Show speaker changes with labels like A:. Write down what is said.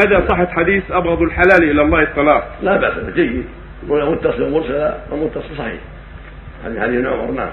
A: مدى صحة حديث أبغض الحلال إلى الله الطلاق
B: لا باس به جيد يقول متصل مرسلا ومتصل صحيح هذه حديث ابن عمر نعم